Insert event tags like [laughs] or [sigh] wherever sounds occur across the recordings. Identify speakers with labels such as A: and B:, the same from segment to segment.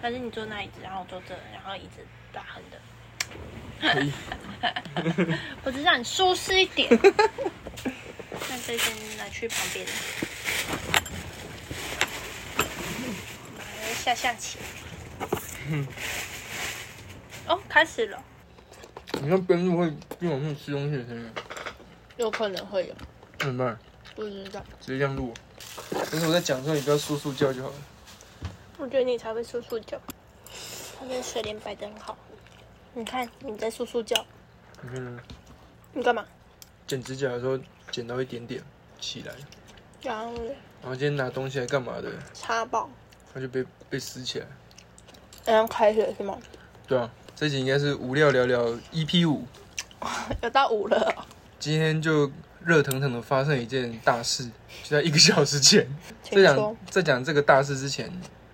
A: 反正你坐那椅子，然后我坐这，然后椅子打横的。
B: [laughs]
C: 可以。
A: [laughs] 我只是让你舒适一点。那这件拿去旁边。来下象棋。
B: 嗯
A: 哦，开始了。
C: 你看边路会这种是吃东西的声音，
B: 有可能会有，
C: 怎么办？
B: 不知道。
C: 直接这样录。但是我在讲的时候，你不要簌簌叫就好了。
B: 我觉得你才会说塑胶，
A: 它的水帘摆的很好。你看你在簌簌叫，
C: 你看呢？
B: 你干嘛？
C: 剪指甲的时候剪到一点点起来，
B: 然后呢
C: 然后今天拿东西来干嘛的，
B: 插爆，
C: 它就被被撕起来。
B: 然后开学是吗？
C: 对啊，这集应该是无聊聊聊 EP 五。
B: 有到五了哦、
C: 今天就热腾腾的发生一件大事，就在一个小时前。在
B: 请
C: 讲
B: 说。
C: 在讲这个大事之前，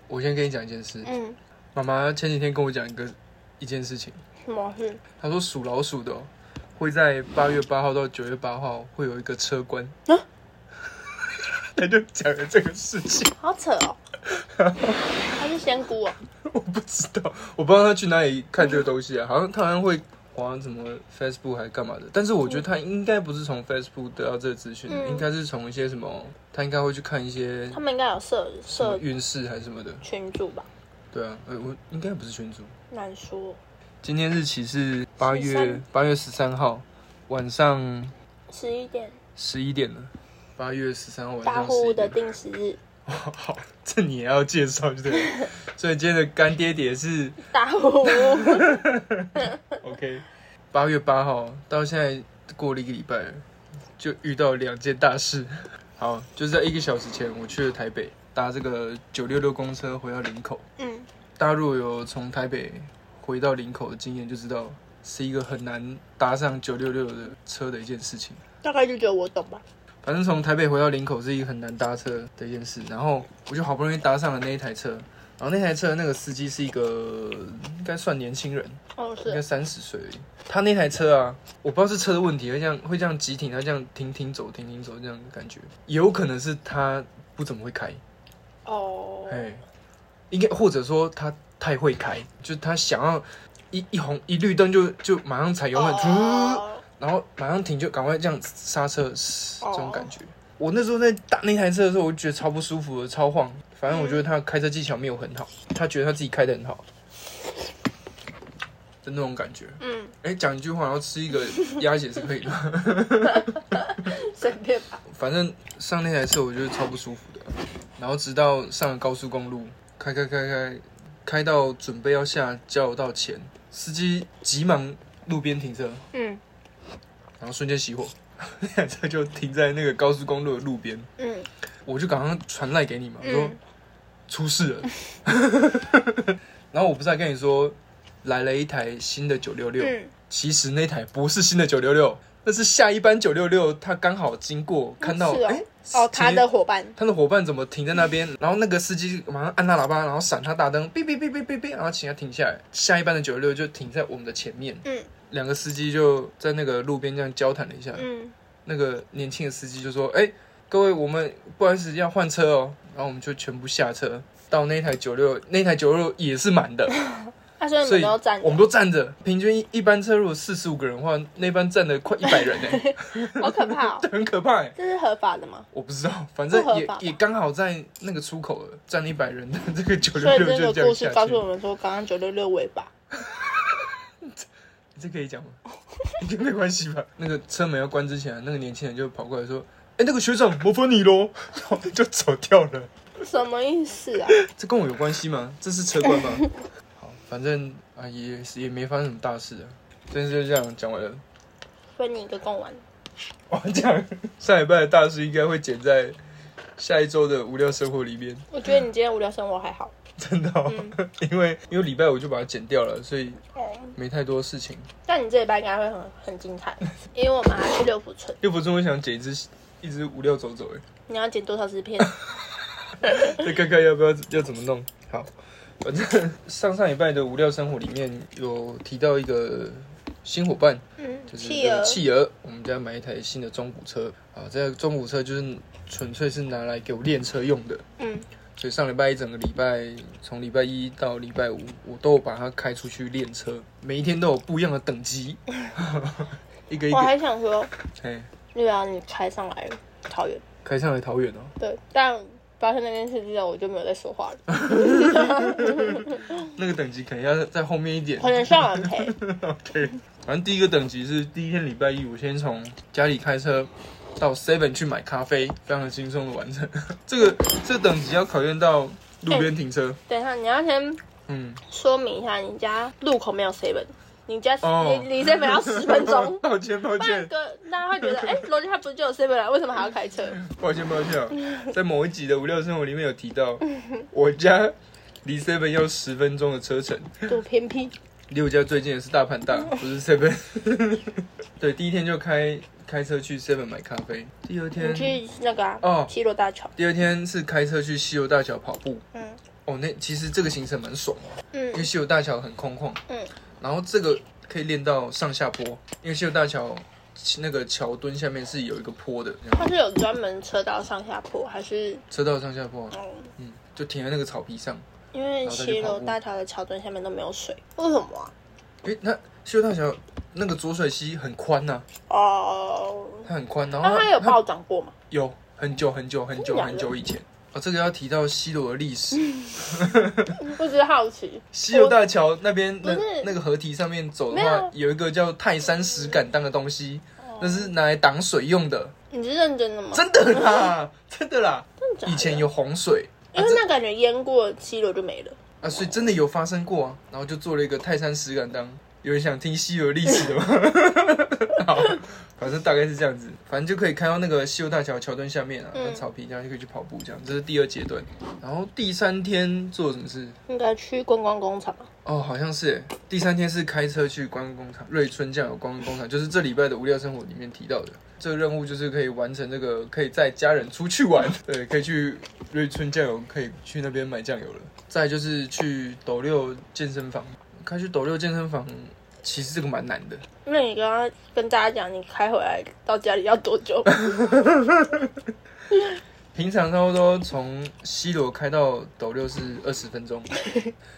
C: 我先跟你讲一件事。
B: 嗯，
C: 妈妈前几天跟我讲一个一件事情，
B: 什么嗯事？
C: 她说属老鼠的、哦、会在八月八号到九月八号会有一个车关。 [laughs]
B: 啊
C: 她就讲了这个事情，
B: 好扯
C: [laughs]
B: 哦。他是仙姑哦，
C: 我不知道，我不知道她去哪里看这个东西啊，好像她好像会。划什么 Facebook 还干嘛的？但是我觉得她应该不是从 Facebook 得到这个资讯的，
B: 嗯
C: 应该是从一些什么，她应该会去看一些
B: 他们应该有设
C: 什么
B: 设
C: 运势还是什么的。
B: 群主吧？
C: 对啊，呃，我应该不是群主，
B: 难说，
C: 今天日期是八月
A: 13
C: 八月十三号晚上
A: 十一点
C: 十一点了。八月十三号晚
B: 大
C: 上
B: 户
C: 11
B: 的
C: 点。
B: 定时日，
C: [laughs] 好，这你也要介绍对
B: [laughs]
C: 了。所以今天的干爹爹是
B: 大户
C: OK。八月八号到现在过了一个礼拜了，就遇到两件大事。好，就是在一个小时前，我去了台北，搭这个九六六公车回到林口。
B: [laughs] 嗯，
C: 大家如果有从台北回到林口的经验，就知道是一个很难搭上九六六的车的一件事情。
B: 大概就觉得我懂吧。
C: 反正从台北回到林口是一个很难搭车的一件事，然后我就好不容易搭上了那一台车，然后那台车的那个司机是一个应该算年轻人，
B: 哦，
C: 应该
B: 是
C: 三十岁而已。他那台车啊，我不知道是车的问题，会这样会这样急停，他这样停停走停停走这样的感觉，也有可能是他不怎么会开，
B: 哦，
C: 哎，应该或者说他太会开，就他想要一一红一绿灯就就马上踩油门，噗
B: 哦
C: 然后马上停就赶快这样刹车，嘶这种感觉。哦我那时候在打那台车的时候，我就觉得超不舒服的，超晃。反正我觉得他开车技巧没有很好，他觉得他自己开的很好的那种感觉。
B: 嗯，
C: 哎，讲一句话，然后吃一个鸭血是可以的。 [laughs]
B: 随便吧。
C: 反正上那台车我觉得超不舒服的，然后直到上了高速公路，开开开开开到准备要下交流道前，司机急忙路边停车，
B: 嗯
C: 然后瞬间熄火， [laughs] 那台车就停在那个高速公路的路边，
B: 嗯
C: 我就赶快传赖给你嘛，我说
B: 嗯
C: 出事了， [laughs] 然后我不是还跟你说来了一台新的九六六，
B: 嗯，
C: 其实那台不是新的九六六，那是下一班九六六，他刚好经过看到，
B: 是哦
C: 哎、
B: 哦，他
C: 停
B: 的伙伴，
C: 他的伙伴怎么停在那边？然后那个司机马上按他喇叭，然后闪他大灯，哔哔哔哔哔哔，然后请他停下来。下一班的九六就停在我们的前面，
B: 嗯
C: 两个司机就在那个路边这样交谈了一下。
B: 嗯，
C: 那个年轻的司机就说：“哎、各位，我们不好意思要换车哦。”然后我们就全部下车，到那台九六，那台九六也是满
B: [laughs]
C: 的，
B: 他说你
C: 所
B: 们
C: 以
B: 都要站着
C: 我们都站着。平均一一班车如果四十五个人的话，那班站了快一百
B: [laughs]
C: 人呢、
B: 好可
C: [laughs]
B: 怕哦！
C: 很可怕、欸。
B: 这是合法的吗？
C: 我不知道，反正
B: 不合
C: 也
B: 法吧
C: 也刚好在那个出口了，站了一百人的这个九
B: 所
C: 六
B: 以这
C: 六就
B: 个
C: 这样
B: 故事
C: 下
B: 告
C: 去
B: 诉。我们说，刚刚九六六尾巴，
C: 你这可以讲吗？ [laughs] 应该没关系吧？那个车门要关之前啊、那个年轻人就跑过来说：“哎、那个学长，麻烦你喽。”然后就走掉了。
B: 什么意思啊？
C: 这跟我有关系吗？这是车关吗？好，反正啊也是也没发生什么大事啊。但是就这样讲完了。
B: 分你一个贡丸，
C: 我要讲上礼拜的大事应该会剪在下一周的无聊生活里面。
B: 我觉得你今天无聊生活还好。
C: 真的、哦，因为因为礼拜五就把它剪掉了，所以
B: 哦，
C: 没太多事情。
B: 但你这礼拜应该会很很精 [laughs] 彩，因为我们还去六福村，
C: 又不是我想剪一只一只五六走走哎，
B: 你要剪多少支片？
C: 再看看要不要要怎么弄。好，反正上上礼拜的无聊生活里面有提到一个新伙伴，
B: 嗯，
C: 就是
B: 企鹅，
C: 企鹅，我们家买一台新的中古车啊，这个中古车就是纯粹是拿来给我练车用的。
B: 嗯，
C: 所以上礼拜一整个礼拜，从礼拜一到礼拜五，我都有把它开出去练车，每一天都有不一样的等级， [laughs] 一个一
B: 我
C: 个，
B: 还想说，
C: 哎，
B: 对啊，你开上来桃园，
C: 开上来桃园哦。
B: 对，但发生那件事之后，我就没有再说话
C: [laughs]
B: 了，
C: 那个等级可能要在后面一点。 [laughs]
B: 可能上完陪，
C: OK，反正第一个等级是第一天礼拜一，我先从家里开车到 Seven 去买咖啡，非常轻松的完成。 [laughs] 这个这个等级要考验到路边停车，
B: 等一下，你要先
C: 嗯，
B: 说明一下，你家路口没有 seven，你家
C: 哦
B: 离离 seven 要十分钟。
C: [laughs] 抱歉抱
B: 不然
C: 歉
B: 哥，大家会觉得，哎、楼下不是就有 seven 了，为什么还要开
C: [laughs]
B: 车？
C: 抱歉抱歉啊，
B: 嗯
C: 在某一集的无聊生活里面有提到，我家离 Seven 要十分钟的车程，
B: 多偏僻。
C: 离我家最近的是大盘大，
B: 哦
C: 不是 Seven。对，第一天就开开车去 Seven 买咖啡，第二
B: 你
C: 天
B: 去那个啊，
C: 哦
B: 七罗大桥。
C: 第二天是开车去西游大桥跑步。
B: 嗯
C: 哦，那其实这个行程蛮爽的，
B: 嗯
C: 因为西游大桥很空旷。
B: 嗯。
C: 然后这个可以练到上下坡，因为西游大桥那个桥墩下面是有一个坡的，这样
B: 它是有专门车道上下坡，还是
C: 车道上下坡啊，
B: 嗯？
C: 嗯，就停在那个草皮上。
B: 因为七楼大桥的桥墩下面都没有水，为什么啊、
C: 诶，那西游大桥那个浊水溪很宽呐、
B: 哦，
C: 它很宽，然后
B: 那它有暴涨过吗？
C: 有很久很久很久
B: 真假的
C: 很久以前。哦，这个要提到西罗的历史，
B: 我只是好奇。
C: 西游大桥那边那
B: 不是
C: 那个河堤上面走的
B: 没有哦
C: 话
B: 啊，
C: 有一个叫泰山石敢当的东西，那是拿来挡水用的。
B: 你是认真的吗？
C: 真的啦，真的啦，
B: 真的假的
C: 以前，有洪水啊
B: 因为
C: 这
B: 那感觉淹过七楼就没了。
C: 啊，所以真的有发生过啊。然后就做了一个泰山石敢当。有人想听西游历史的吗？好，反正大概是这样子，反正就可以看到那个西游大桥桥墩下面啊，
B: 嗯
C: 那草皮，然后就可以去跑步这样。这是第二阶段，然后第三天做什么事？
B: 应该去观光工厂啊。
C: 哦，好像是耶第三天是开车去观光工厂，瑞春酱有观光工厂，就是这礼拜的无聊生活里面提到的。这个任务就是可以完成这个，可以载家人出去玩， [laughs] 对，可以去瑞春酱油，可以去那边买酱油了。再来就是去斗六健身房，开去斗六健身房，其实这个蛮难的，
B: 那你刚刚跟大家讲，你开回来到家里要多
C: [laughs]
B: 久？
C: 平常差不多从西罗开到斗六是二十
B: [laughs]
C: 分钟，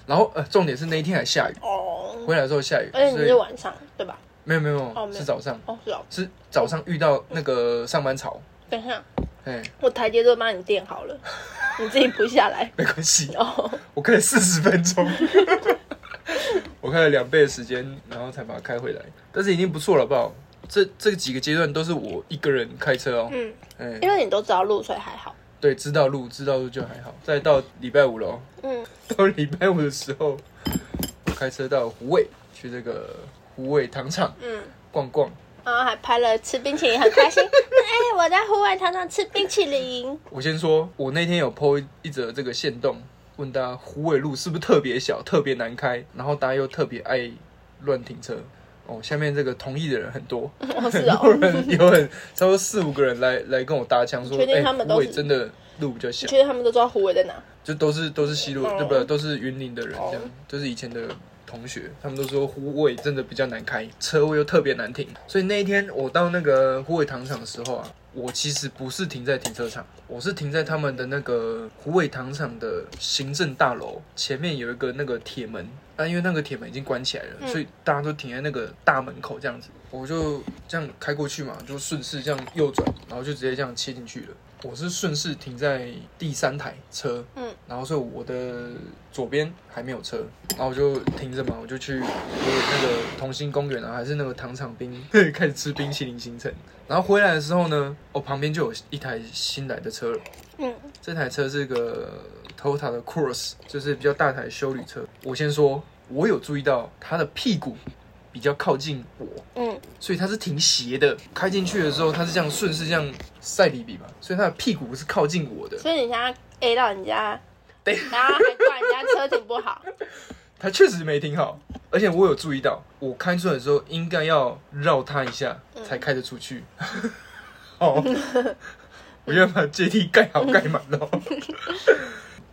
C: 然后呃，重点是那一天还下雨， [laughs]
B: 哦，
C: 回来的时候下雨，
B: 而且
C: 所
B: 你
C: 以
B: 是晚上对吧？
C: 没有没有没
B: 哦
C: 有
B: 没有
C: 是早上。
B: 哦，是哦。
C: 是早上遇到那个上班潮，
B: 等一下，
C: 哎， [laughs]
B: 我台阶都帮你垫好了，你自己不下来。
C: 没关系，
B: 哦，
C: 我开了四十分钟， [laughs] 我开了两倍的时间，然后才把它开回来，但是已经不错了，好不好？这这几个阶段都是我一个人开车哦，
B: 嗯，
C: 哎，
B: 因为你都知道路，所以还好。
C: 对，知道路，知道路就还好。再到礼拜五喽，
B: 嗯，
C: 到礼拜五的时候，我开车到虎尾去这个虎尾糖厂
B: 嗯，
C: 逛逛，
B: 然后还拍了吃冰淇淋，很 [laughs] 开心。哎，我在户外糖厂吃冰淇淋。
C: 我先说，我那天有 PO 一则这个线动，问大家虎尾路是不是特别小、特别难开，然后大家又特别爱乱停车。哦，下面这个同意的人很多，
B: 哦，是
C: 很
B: [laughs]
C: 多
B: 哦。
C: 人 [laughs] 有很差不多四五个人来来跟我搭腔说，
B: 确定
C: 哎、
B: 他们
C: 虎
B: 都
C: 尾
B: 是
C: 真的路比较小
B: 你，觉得他们都知道虎尾在哪？
C: 就都是都是西路，
B: 嗯
C: 对不？都是云林的人，
B: 哦
C: 这样就是以前的同学，他们都说虎尾真的比较难开，车位又特别难停，所以那一天我到那个虎尾糖厂的时候啊，我其实不是停在停车场，我是停在他们的那个虎尾糖厂的行政大楼前面有一个那个铁门，啊，因为那个铁门已经关起来了，
B: 嗯
C: 所以大家都停在那个大门口这样子，我就这样开过去嘛，就顺势这样右转，然后就直接这样切进去了。我是顺势停在第三台车，然后所以我的左边还没有车，然后我就停着嘛，我就去我有那个同心公园啊，还是那个糖厂冰， [laughs] 开始吃冰淇淋行程。然后回来的时候呢，我、旁边就有一台新来的车了，
B: 嗯，
C: 这台车是个 Toyota 的 Cross，就是比较大台修旅车。我先说，我有注意到它的屁股比较靠近我，
B: 嗯，
C: 所以它是挺斜的。开进去的时候，它是这样顺势这样赛里比嘛，所以它的屁股是靠近我的。
B: 所以你现在 A 到人家，
C: 对
B: 然后还怪人家车停不好。
C: 他确实没停好，而且我有注意到，我开出来的时候应该要绕他一下
B: 嗯
C: 才开得出去。 [laughs] 哦，我要把阶梯盖好盖满喽。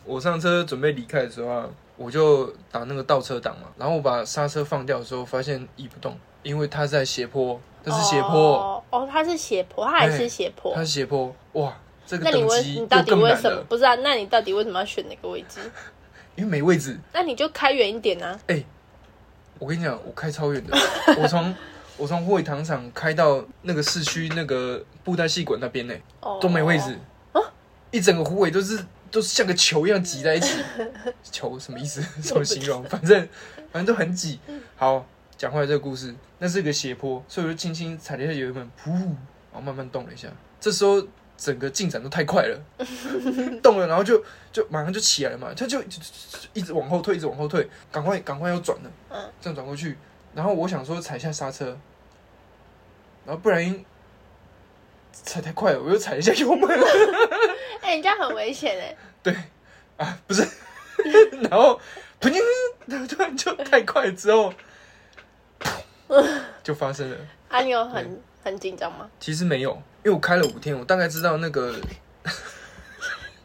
C: 我上车准备离开的时候啊，我就打那个倒车档嘛，然后我把刹车放掉的时候，发现移不动，因为它是在斜坡，它是斜坡，
B: 哦，哦，它是斜坡，它还是斜坡
C: 它。是斜坡，哇，这个
B: 那你
C: 等
B: 为
C: 级
B: 你
C: 又
B: 到底
C: 更
B: 为
C: 难
B: 什么
C: 了，
B: 不是啊？那你到底为什么要选那个位置？
C: 因为没位置。
B: 那你就开远一点啊！
C: 我跟你讲，我开超远的， [laughs] 我从我从会糖厂开到那个市区那个布袋戏馆那边呢、
B: 哦，
C: 都没位置一整个湖尾都是都是像个球一样挤在一起。球什么意思？怎么形容？反正反正都很挤。好，讲回来这个故事，那是一个斜坡，所以我就轻轻踩了一下油门，噗，然后慢慢动了一下。这时候整个进展都太快了，动了，然后就就马上就起来了嘛，他就就就就一直往后退，一直往后退，赶快赶快要转了，
B: 嗯
C: 这样转过去。然后我想说踩一下刹车，然后不然踩太快了，我又踩了一下油门。
B: 哎、你这样很危险哎、
C: 对啊，不是， [laughs] 然后砰砰，然后突然就太快之后，就发生了。
B: 啊，你有很很紧张吗？
C: 其实没有，因为我开了五天，我大概知道那个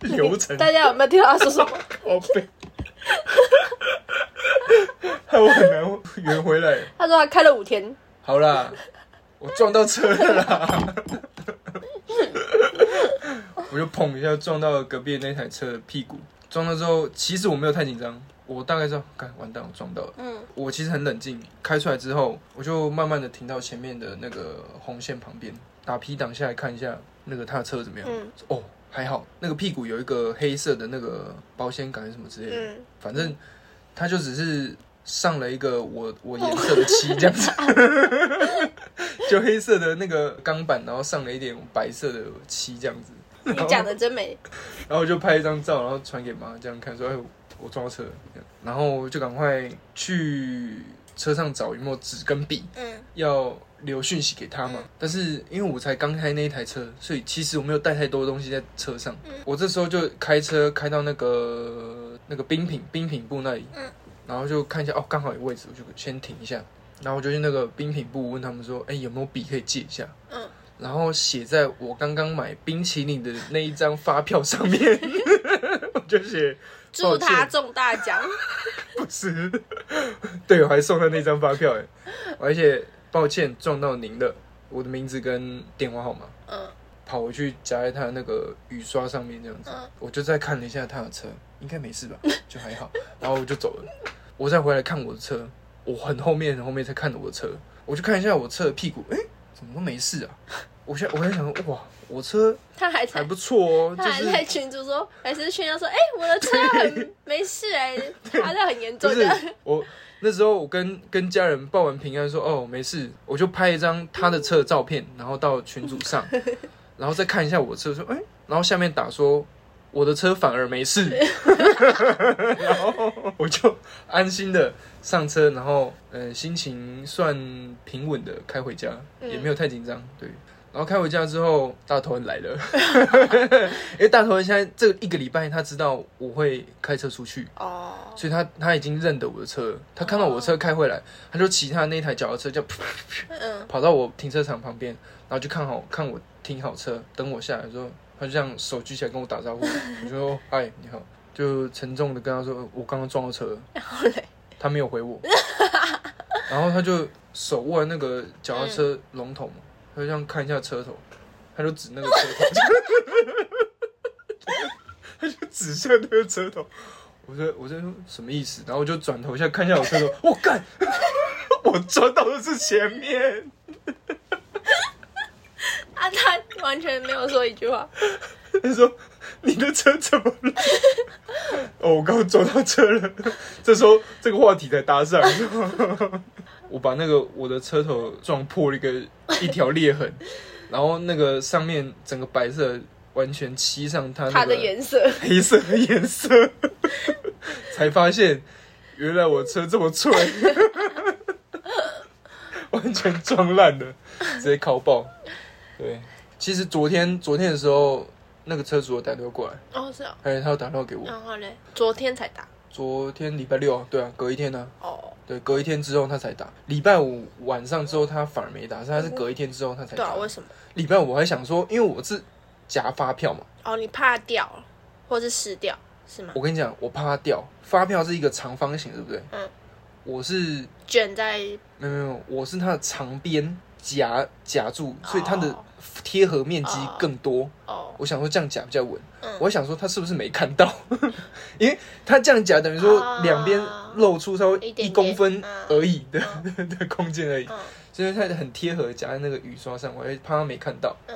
C: 流程。
B: 大家有没有听到他说什么？
C: 宝贝， [laughs] 害我很难圆回来。
B: 他说他开了五天，
C: 好啦，我撞到车了
B: [laughs]
C: 啦，我就砰一下撞到隔壁的那台车的屁股。撞到之后，其实我没有太紧张，我大概知道，干完蛋，我撞到了。
B: 嗯，
C: 我其实很冷静，开出来之后，我就慢慢的停到前面的那个红线旁边，打 P 档下来看一下那个他的车怎么样。
B: 嗯
C: 哦，还好，那个屁股有一个黑色的那个保险杆什么之类的，
B: 嗯
C: 反正他就只是上了一个我我颜色的漆这样子， [laughs] 就黑色的那个钢板，然后上了一点白色的漆这样子。
B: 你讲的真美。
C: 然后就拍一张照，然后传给妈，这样看说，哎，我撞到车了，这样然后就赶快去车上找有没有纸跟笔，
B: 嗯，
C: 要留讯息给他嘛。但是因为我才刚开那一台车，所以其实我没有带太多东西在车上。我这时候就开车开到那个那个冰品冰品部那里，然后就看一下，哦，刚好有位置，我就先停一下。然后我就去那个冰品部问他们说，哎，有没有笔可以借一下？
B: 嗯
C: 然后写在我刚刚买冰淇淋的那一张发票上面， [laughs] 我就写
B: 祝
C: 抱
B: 他
C: 歉
B: 中大奖。
C: 不是， [laughs] 对我还送他那张发票哎，而且抱歉撞到您了，我的名字跟电话号码，
B: 嗯
C: 跑回去夹在他那个雨刷上面这样子，
B: 嗯
C: 我就再看了一下他的车，应该没事吧，就还好，然后我就走了，我再回来看我的车，我很后面很后面才看的我的车，我就看一下我车的屁股，哎、怎么都没事啊，我现在我在想说，哇，我车
B: 他还
C: 还
B: 在，
C: 不错哦，
B: [laughs] 他
C: 就
B: 还
C: 是
B: 在群主说，还是炫耀说，哎、我的车很没事哎、他在很严
C: 就
B: 重
C: 是
B: 的。
C: 我那时候我跟跟家人报完平安说哦没事，我就拍一张他的车的照片，然后到群组
B: [laughs]
C: 上，然后再看一下我的车说哎、然后下面打说我的车反而
B: [laughs]
C: 没事，然后我就安心的上车，然后呃心情算平稳的开回家，
B: 嗯
C: 也没有太紧张，对。然后开回家之后，大头恩来
B: [laughs]
C: 了，因为大头恩现在这一个礼拜，他知道我会开车出去，
B: 哦，
C: 所以他他已经认得我的车了，他看到我的车开回来，他就骑他那台脚踏车，就噗
B: 嗯
C: 跑到我停车场旁边，然后就看好看我停好车，等我下来之后，他就这样手举起来跟我打招呼， [laughs] 我就说嗨你好，就沉重的跟他说我刚刚撞到车了，
B: [laughs] 然后嘞，
C: 他没有
B: [laughs]
C: 回我，然后他就手握那个脚踏
B: 嗯
C: 车龙头嘛，他就这样看一下车头，他就指那个车头， [laughs] 他就指向那个车头。我就我就说什么意思？然后我就转头一下看一下我车头， [laughs] 我干，我撞到的是前面，
B: 啊，他完全没有说一句话。
C: 他说：“你的车怎么了？” [laughs] 哦，我刚刚撞到车了。这时候这个话题才搭上，我把那个我的车头撞破了一个一条裂痕，然后那个上面整个白色完全漆上它
B: 他
C: 那
B: 的
C: 个
B: 颜色，
C: 黑色的颜色，才发现原来我车这么脆， [laughs] 完全撞烂了，直接烤爆。对，其实昨天昨天的时候，那个车主有打电话过来，
B: 哦是哦，
C: 而且他有打电话给我。
B: 然后嘞，昨天才打，
C: 昨天礼拜六啊，对啊，隔一天呢、啊，
B: 哦，
C: 对，隔一天之后他才打。礼拜五晚上之后他反而没打，是他是隔一天之后他才
B: 对啊，
C: 打。
B: 为什么？
C: 礼拜五我还想说，因为我是夹发票嘛，
B: 哦，你怕掉，或是湿掉，是吗？
C: 我跟你讲，我怕它掉。发票是一个长方形，对不对？
B: 嗯。
C: 我是
B: 卷在
C: 没有没有没有，我是它的长边夹夹住，所以它的
B: 哦
C: 贴合面积更多。
B: 哦，
C: 我想说这样夹比较稳。
B: 嗯
C: 我想说他是不是没看到？ [laughs] 因为他这样夹等于说
B: 啊
C: 两边露出稍微
B: 一点
C: 一
B: 点
C: 公分呃
B: 嗯
C: 而已的、 [laughs] 的空间而已，
B: 嗯
C: 所以他很贴合地夹在那个雨刷上，我还怕他没看到。
B: 嗯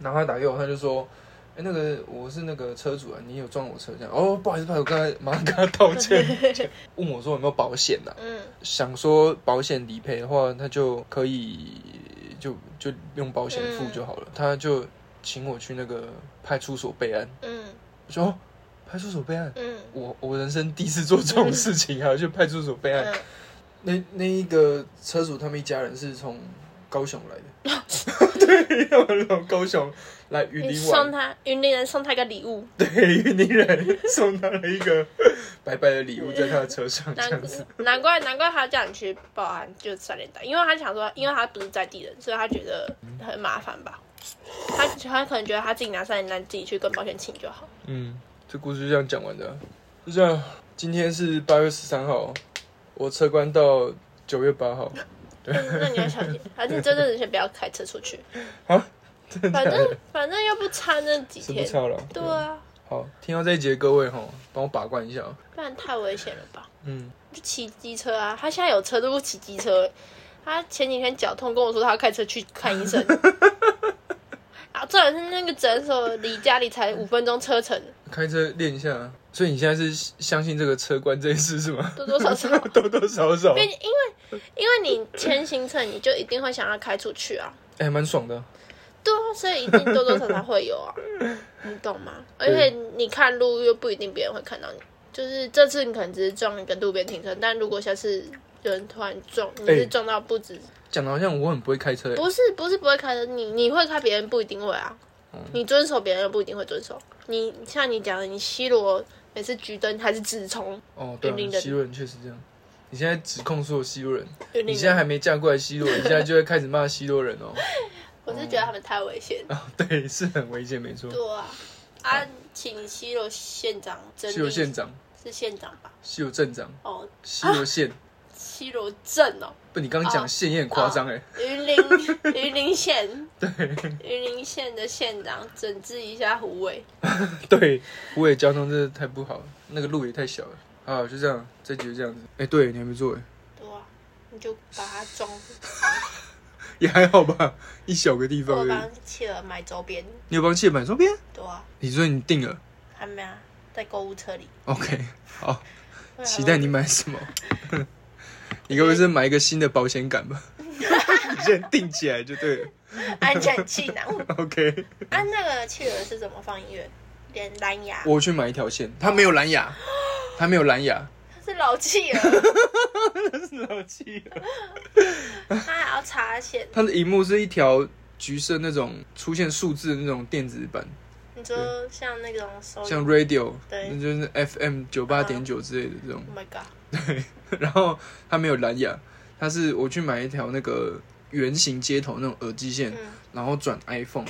C: 然后他打给我，他就说：“哎、那个我是那个车主啊，你有撞我车这样？哦，不好意思，不好意思，我刚才马上跟他道歉，
B: [laughs]
C: 问我说有没有保险呐、
B: [laughs]
C: 啊？
B: 嗯
C: 想说保险理赔的话，他就可以就就用保险付就
B: 嗯
C: 好了。他就请我去那个派出所备案，
B: 嗯
C: 我说、哦、派出所备案，
B: 嗯
C: 我我人生第一次做这种事情啊，去派出所备案。
B: 嗯，
C: 那那一个车主他们一家人是从高雄来的， [laughs] 对，他们从高雄来
B: 哦
C: 云
B: 你
C: 林
B: 送
C: 玩，
B: 他云林人送他个礼物，
C: 对，云林人送他了一个 [laughs] 白白的礼物在他的车上， [laughs] 这
B: 难 [laughs]
C: 样子。
B: 难怪难怪他叫你去报案，就三连打，因为他想说，因为他不是在地人，所以他觉得很麻烦吧。他他可能觉得他自己拿三连单，自己去跟保险请就好。
C: 嗯，这故事就这样讲完的啊、就这样。今天是八月十三号，我车关到九月八号， [laughs]
B: 那你要小心，而且这阵子先不要开车出去，
C: 真的
B: 反
C: 假 [laughs] 的
B: 正反正又不差那几
C: 是不
B: 天。
C: 差了。
B: 对啊，
C: 好，听到这一节各位哈，帮我把关一下哦。
B: 不然太危险了吧？
C: 嗯，
B: 就骑机车啊，他现在有车都不骑机车。他前几天脚痛跟我说他要开车去看医生，啊，重点是那个诊所离家里才五分钟车程，
C: 开车练一下啊。所以你现在是相信这个车关这件事是吗？
B: 多多少少。
C: [laughs] 多多少少，
B: 因为因为你签行程，你就一定会想要开出去啊，
C: 哎，蛮爽的。
B: 对啊，所以一定多多少少会有啊，你懂吗？而且你看路又不一定别人会看到你，就是这次你可能只是撞一个路边停车，但如果下次有人突然撞，你
C: 哎
B: 是撞到不止，
C: 讲的好像我很不会开车欸，
B: 不是不是不会开的，你你会开，别人不一定会啊，
C: 嗯
B: 你遵守别人又不一定会遵守，你像你讲的，你西罗每次橘灯还是直冲，
C: 哦，对、
B: 云林
C: 啊，
B: 的
C: 西路人确实这样。你现在指控说我西路人，
B: 有
C: 你
B: 点
C: 现在还没嫁过来西路人，你现在就会开始骂西路人哦。 [laughs]
B: 我是觉得他们太危险，
C: 哦，对，是很危险，没错。
B: 对啊，啊，请西罗县长整理，
C: 西罗县长、
B: 是县长吧？
C: 西罗镇长、
B: 哦，
C: 西罗县，
B: 西罗镇哦。
C: 不，你刚刚讲县也很夸
B: 啊
C: 张哎。
B: 云林 [laughs] 云林县，对，云林县的县长整治一下胡伟。
C: [laughs] 对，湖北交通真的太不好了，那个路也太小了。好，就这样，这集就这样子。哎，对你还没做哎，
B: 对啊，你就把它
C: [laughs]
B: 装，
C: 也还好吧，一小个地方
B: 我
C: 而已。
B: 帮企鹅买周边。
C: 你有帮谢板收边？
B: 对啊，
C: 你说你定了
B: 还没啊，在购物车里。
C: ？OK，好，
B: 啊
C: 期待你买什 [laughs] 么？你该不会是买一个新的保险 [laughs] 杆吧？你先定起来就对了。
B: 安全气囊。
C: [laughs] OK，
B: 啊，那个企鹅是怎么放音乐？连蓝牙，
C: 我去买一条线，它没有蓝 [gasps] 牙，它没有蓝牙，
B: 它是老企鹅，
C: 老气了。
B: 它还要插线。
C: 它的荧幕是一条橘色那种出现数字的那种电子版，
B: 你说像那种收音
C: 像 radio，
B: 对
C: 那就是 FM 九八点九之类的这种。
B: ，Oh my god，
C: 然后它没有蓝牙，它是我去买一条那个圆形接头那种耳机线，
B: 嗯
C: 然后转 iPhone，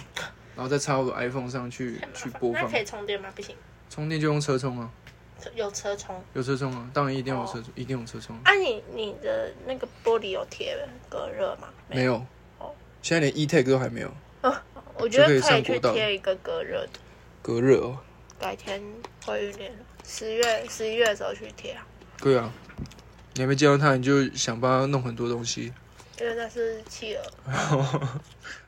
C: 然后再插我的 iPhone 上去
B: 太麻
C: 去
B: 烦。
C: 播
B: 那
C: 放
B: 可。以充电吗？不行，
C: 充电就用车充啊，
B: 有车充。
C: 有车充啊，当然一定要有车，充，一定有车充。
B: 啊你，你的那个玻璃有贴隔热吗？
C: 没有
B: 哦，
C: 现在连 e tag 都还没有，
B: 我觉得
C: 就可以
B: 可
C: 上
B: 以
C: 国
B: 去
C: 道
B: 贴一个隔热的，
C: 隔热哦。
B: 改天会遇见。十月十一月的时候去贴啊，
C: 对啊，你还没见到他，你就想帮他弄很多东 [laughs] 西。
B: 因为那是企鹅。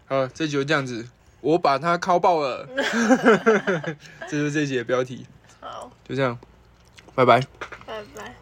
C: 好，这集就这样子，我把它敲爆了， [laughs] 这就是这一集的标题，
B: 好，
C: 就这样，拜拜。
B: 拜拜。